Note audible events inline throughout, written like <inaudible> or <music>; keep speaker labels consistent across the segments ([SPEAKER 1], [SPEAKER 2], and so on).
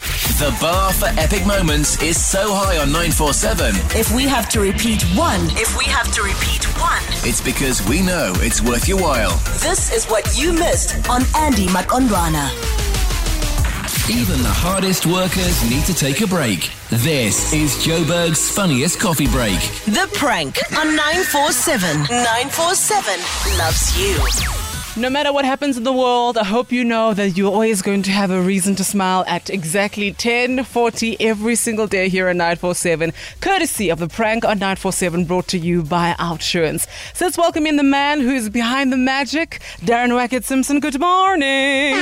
[SPEAKER 1] The bar for epic moments is so high on 947,
[SPEAKER 2] If we have to repeat one,
[SPEAKER 3] If we have to repeat one,
[SPEAKER 1] it's because we know it's worth your while.
[SPEAKER 2] this is what you missed on Andy Makondwana.
[SPEAKER 1] Even the hardest workers need to take a break. This is Joburg's funniest coffee break.
[SPEAKER 2] The prank on 947. 947 loves you.
[SPEAKER 4] No matter what happens in the world, I hope you know that you're always going to have a reason to smile at exactly 10:40 every single day here on 947, courtesy of the prank on 947 brought to you by Outsurance. So let's welcome in the man who is behind the magic, Darren Wackett Simpson. Good morning.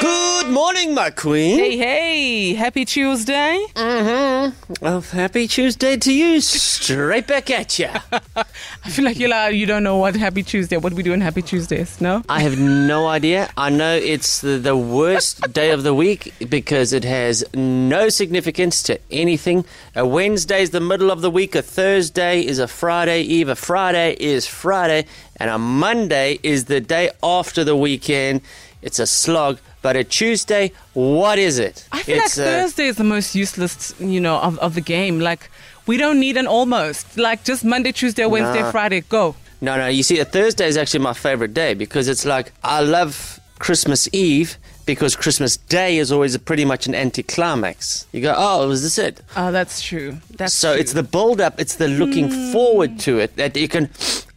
[SPEAKER 5] Good morning, my queen.
[SPEAKER 4] Hey, hey. Happy Tuesday.
[SPEAKER 5] Well, Oh, happy Tuesday to you. Straight back at you.
[SPEAKER 4] I feel like you're like, you don't know what Happy Tuesday, what we do on Happy Tuesdays, no?
[SPEAKER 5] <laughs> I have no idea. I know it's the, the worst day of the week because it has no significance to anything. A Wednesday's the middle of the week. A Thursday is a Friday Eve. A Friday is Friday. And a Monday is the day after the weekend. It's a slog. But a Tuesday, what is it?
[SPEAKER 4] I feel
[SPEAKER 5] It's uh,
[SPEAKER 4] like
[SPEAKER 5] a-
[SPEAKER 4] Thursday is the most useless, you know, of, of the game. Like, we don't need an almost. Like, just Monday, Tuesday, Wednesday,
[SPEAKER 5] Nah.
[SPEAKER 4] Friday, go.
[SPEAKER 5] No, no. You see, a Thursday is actually my favorite day because it's like I love Christmas Eve because Christmas Day is always a pretty much an anticlimax. You go, oh, is this it?
[SPEAKER 4] Oh, that's true. That's
[SPEAKER 5] so
[SPEAKER 4] true. Hmm.
[SPEAKER 5] it's the build up. It's the looking forward to it that you can,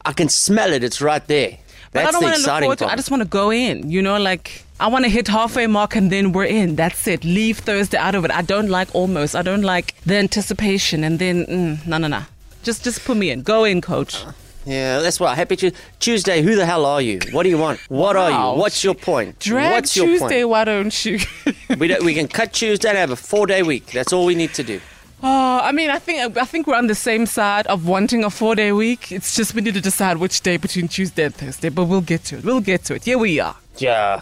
[SPEAKER 5] I can smell it. It's right there.
[SPEAKER 4] But
[SPEAKER 5] That's
[SPEAKER 4] I don't
[SPEAKER 5] the
[SPEAKER 4] want to look
[SPEAKER 5] exciting
[SPEAKER 4] forward to
[SPEAKER 5] part.
[SPEAKER 4] I just want to go in, you know, like, I want to hit halfway mark and then we're in. That's it. Leave Thursday out of it. I don't like almost. I don't like the anticipation and then, mm, no, no, no. Just, just put me in. Go in, coach.
[SPEAKER 5] Uh, yeah, that's why. Happy Tuesday. Tuesday. Who the hell are you? What do you want? What are
[SPEAKER 4] Wow.
[SPEAKER 5] you? What's your point?
[SPEAKER 4] Drag
[SPEAKER 5] What's your
[SPEAKER 4] Tuesday,
[SPEAKER 5] point?
[SPEAKER 4] why don't you? <laughs>
[SPEAKER 5] We, don't, we can cut Tuesday and have a four day week. That's all we need to do.
[SPEAKER 4] Oh, I mean, I think I think we're on the same side of wanting a four-day week. It's just we need to decide which day between Tuesday and Thursday. But we'll get to it. We'll get to it. Here we are.
[SPEAKER 5] Yeah.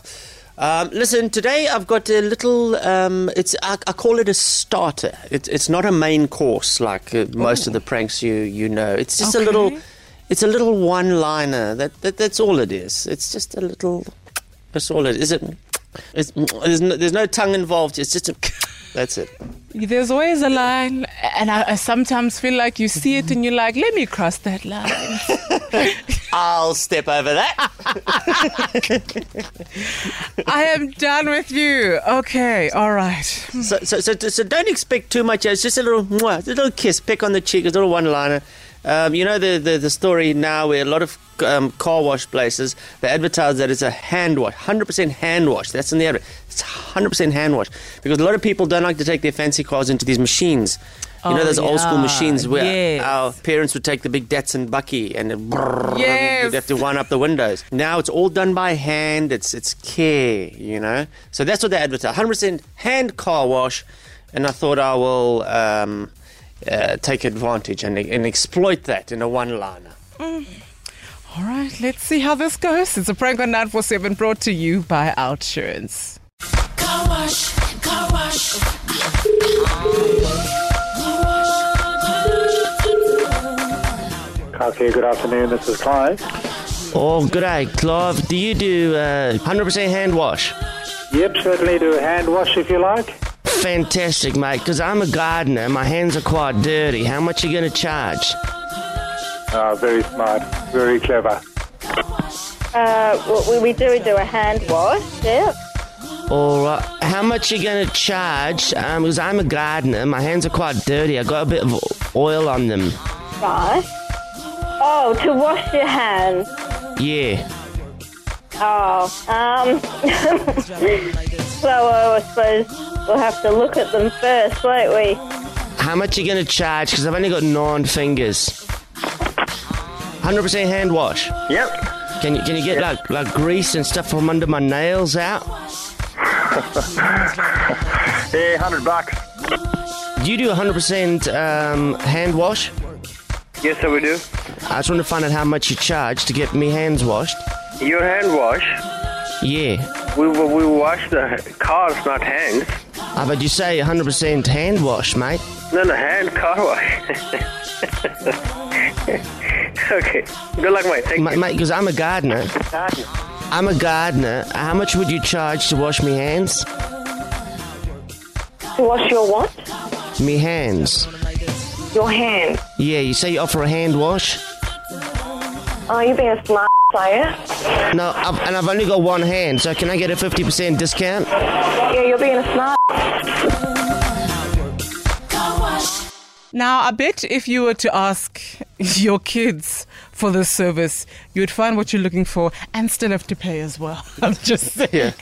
[SPEAKER 5] Um, listen, today I've got a little. Um, it's I, I call it a starter. It's it's not a main course like uh, most of the pranks you you know. It's just a little.
[SPEAKER 4] Okay.
[SPEAKER 5] It's a little one-liner. That, that that's all it is. It's just a little. That's all it is. It. It's, there's, no, there's no tongue involved. It's just a. <laughs> That's it.
[SPEAKER 4] There's always a line, and I, I sometimes feel like you see it and you're like, "Let me cross that line."
[SPEAKER 5] I'll step over that.
[SPEAKER 4] I am done with you. Okay, all right.
[SPEAKER 5] So, so, so, so don't expect too much. It's just a little, mwah, a little kiss, peck on the cheek, a little one-liner. Um, you know the, the the story now where a lot of um, car wash places they advertise that it's a hand wash, hundred percent hand wash. That's in the advert. It's hundred percent hand wash because a lot of people don't like to take their fancy cars into these machines. You
[SPEAKER 4] Oh,
[SPEAKER 5] know those old school
[SPEAKER 4] yeah.
[SPEAKER 5] machines where
[SPEAKER 4] Yes.
[SPEAKER 5] our parents would take the big Datsun Bucky and then brrrr,
[SPEAKER 4] Yes.
[SPEAKER 5] you'd have to wind up the windows. Now it's all done by hand. It's it's care, you know. So that's what they advertise. 100% hand car wash, and I thought I will um, uh, take advantage and and exploit that in a one-liner.
[SPEAKER 4] All right. Let's see how this goes. It's a prank on 947 brought to you by Outsurance.
[SPEAKER 6] Car wash, car wash. Car wash, car wash.
[SPEAKER 7] Okay, good afternoon. This is Clive.
[SPEAKER 5] Oh, good day, Clive. Do you do uh, 100% hand wash?
[SPEAKER 7] Yep, certainly do a hand wash if you like.
[SPEAKER 5] Fantastic, mate. Because I'm a gardener. My hands are quite dirty. How much are you going to charge?
[SPEAKER 7] Ah, very smart, very clever.
[SPEAKER 8] Uh, what we, we do, we do a hand wash. Yeah.
[SPEAKER 5] All right. How much you gonna charge? Um, because I'm a gardener, my hands are quite dirty. I got a bit of oil on them.
[SPEAKER 8] Right. Oh, to wash your hands.
[SPEAKER 5] Yeah.
[SPEAKER 8] Oh. Um. <laughs> so uh, I suppose we'll have to look at them first, won't we?
[SPEAKER 5] How much you gonna charge? Because I've only got nine fingers. 100% hand wash.
[SPEAKER 7] Yep.
[SPEAKER 5] Can you can you get like like grease and stuff from under my nails out?
[SPEAKER 7] <laughs> Yeah, 100 bucks.
[SPEAKER 5] Do you do 100% um, hand wash?
[SPEAKER 7] Yes, sir, we do.
[SPEAKER 5] I just want to find out how much you charge to get me hands washed.
[SPEAKER 7] Your hand wash?
[SPEAKER 5] Yeah.
[SPEAKER 7] We, we wash the cars, not hands.
[SPEAKER 5] Ah, but you say 100% hand wash, mate.
[SPEAKER 7] No, no, hand car wash. <laughs> okay. Good luck, mate. Thank
[SPEAKER 5] Ma- Mate, because I'm a gardener. I'm a gardener. How much would you charge to wash me hands?
[SPEAKER 8] To wash your what?
[SPEAKER 5] Me hands.
[SPEAKER 8] Your hands.
[SPEAKER 5] Yeah, you say you offer a hand wash?
[SPEAKER 8] Oh, you're being a smart player.
[SPEAKER 5] No, I've, and I've only got one hand, so can I get a 50% discount?
[SPEAKER 8] Yeah, you're being a smart.
[SPEAKER 4] Now, I bet if you were to ask <laughs> your kids for this service, you would find what you're looking for and still have to pay as well. <laughs> I'm just saying.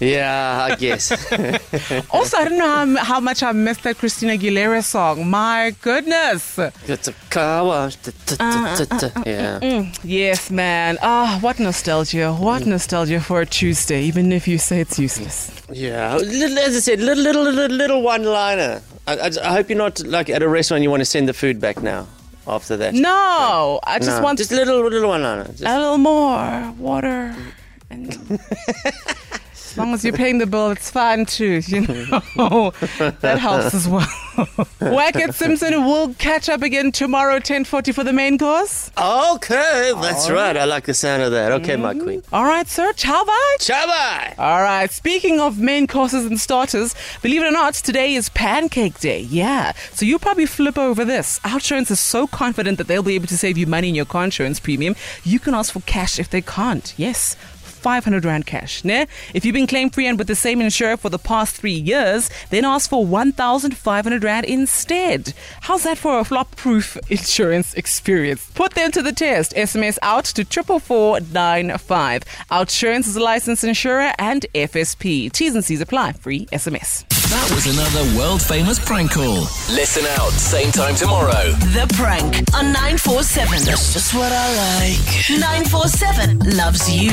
[SPEAKER 5] Yeah, I <laughs> guess.
[SPEAKER 4] Also, I don't know how, how much I missed that Christina Aguilera song. My goodness.
[SPEAKER 5] it's a car wash. da, da,
[SPEAKER 4] Uh,
[SPEAKER 5] da, da, da. Yeah.
[SPEAKER 4] mm, Yes, man. Ah, what nostalgia. What nostalgia for a Tuesday, even if you say it's useless.
[SPEAKER 5] Yeah. Little- As I said, little, little, little, little one liner. I, I, I hope you're not like at a restaurant you want to send the food back now after that.
[SPEAKER 4] No, I just
[SPEAKER 5] No,
[SPEAKER 4] want
[SPEAKER 5] just little, little one liner. Just,
[SPEAKER 4] a little more water. And as long as you're paying the bill, it's fine too. You know that helps as well. Wackett Simpson will catch up again tomorrow, 10:40 for the main course.
[SPEAKER 5] okay, that's right. I like the sound of that. Okay, my queen.
[SPEAKER 4] All right, sir. Ciao, bye.
[SPEAKER 5] Chabai!
[SPEAKER 4] All right. Speaking of main courses and starters, believe it or not, today is Pancake Day. Yeah. So you probably flip over this. Outsurance is so confident that they'll be able to save you money in your car insurance premium. You can ask for cash if they can't. Yes. 500 Rand cash. Ne? If you've been claim free and with the same insurer for the past three years, then ask for 1,500 Rand instead. How's that for a flop proof <laughs> insurance experience? Put them to the test. SMS out to 44495. Outsurance is a licensed insurer and FSP. T's and C's apply. Free SMS.
[SPEAKER 1] That was another world famous prank call. Listen out, same time tomorrow.
[SPEAKER 2] The prank on 947. That's just what I like. 947 loves you.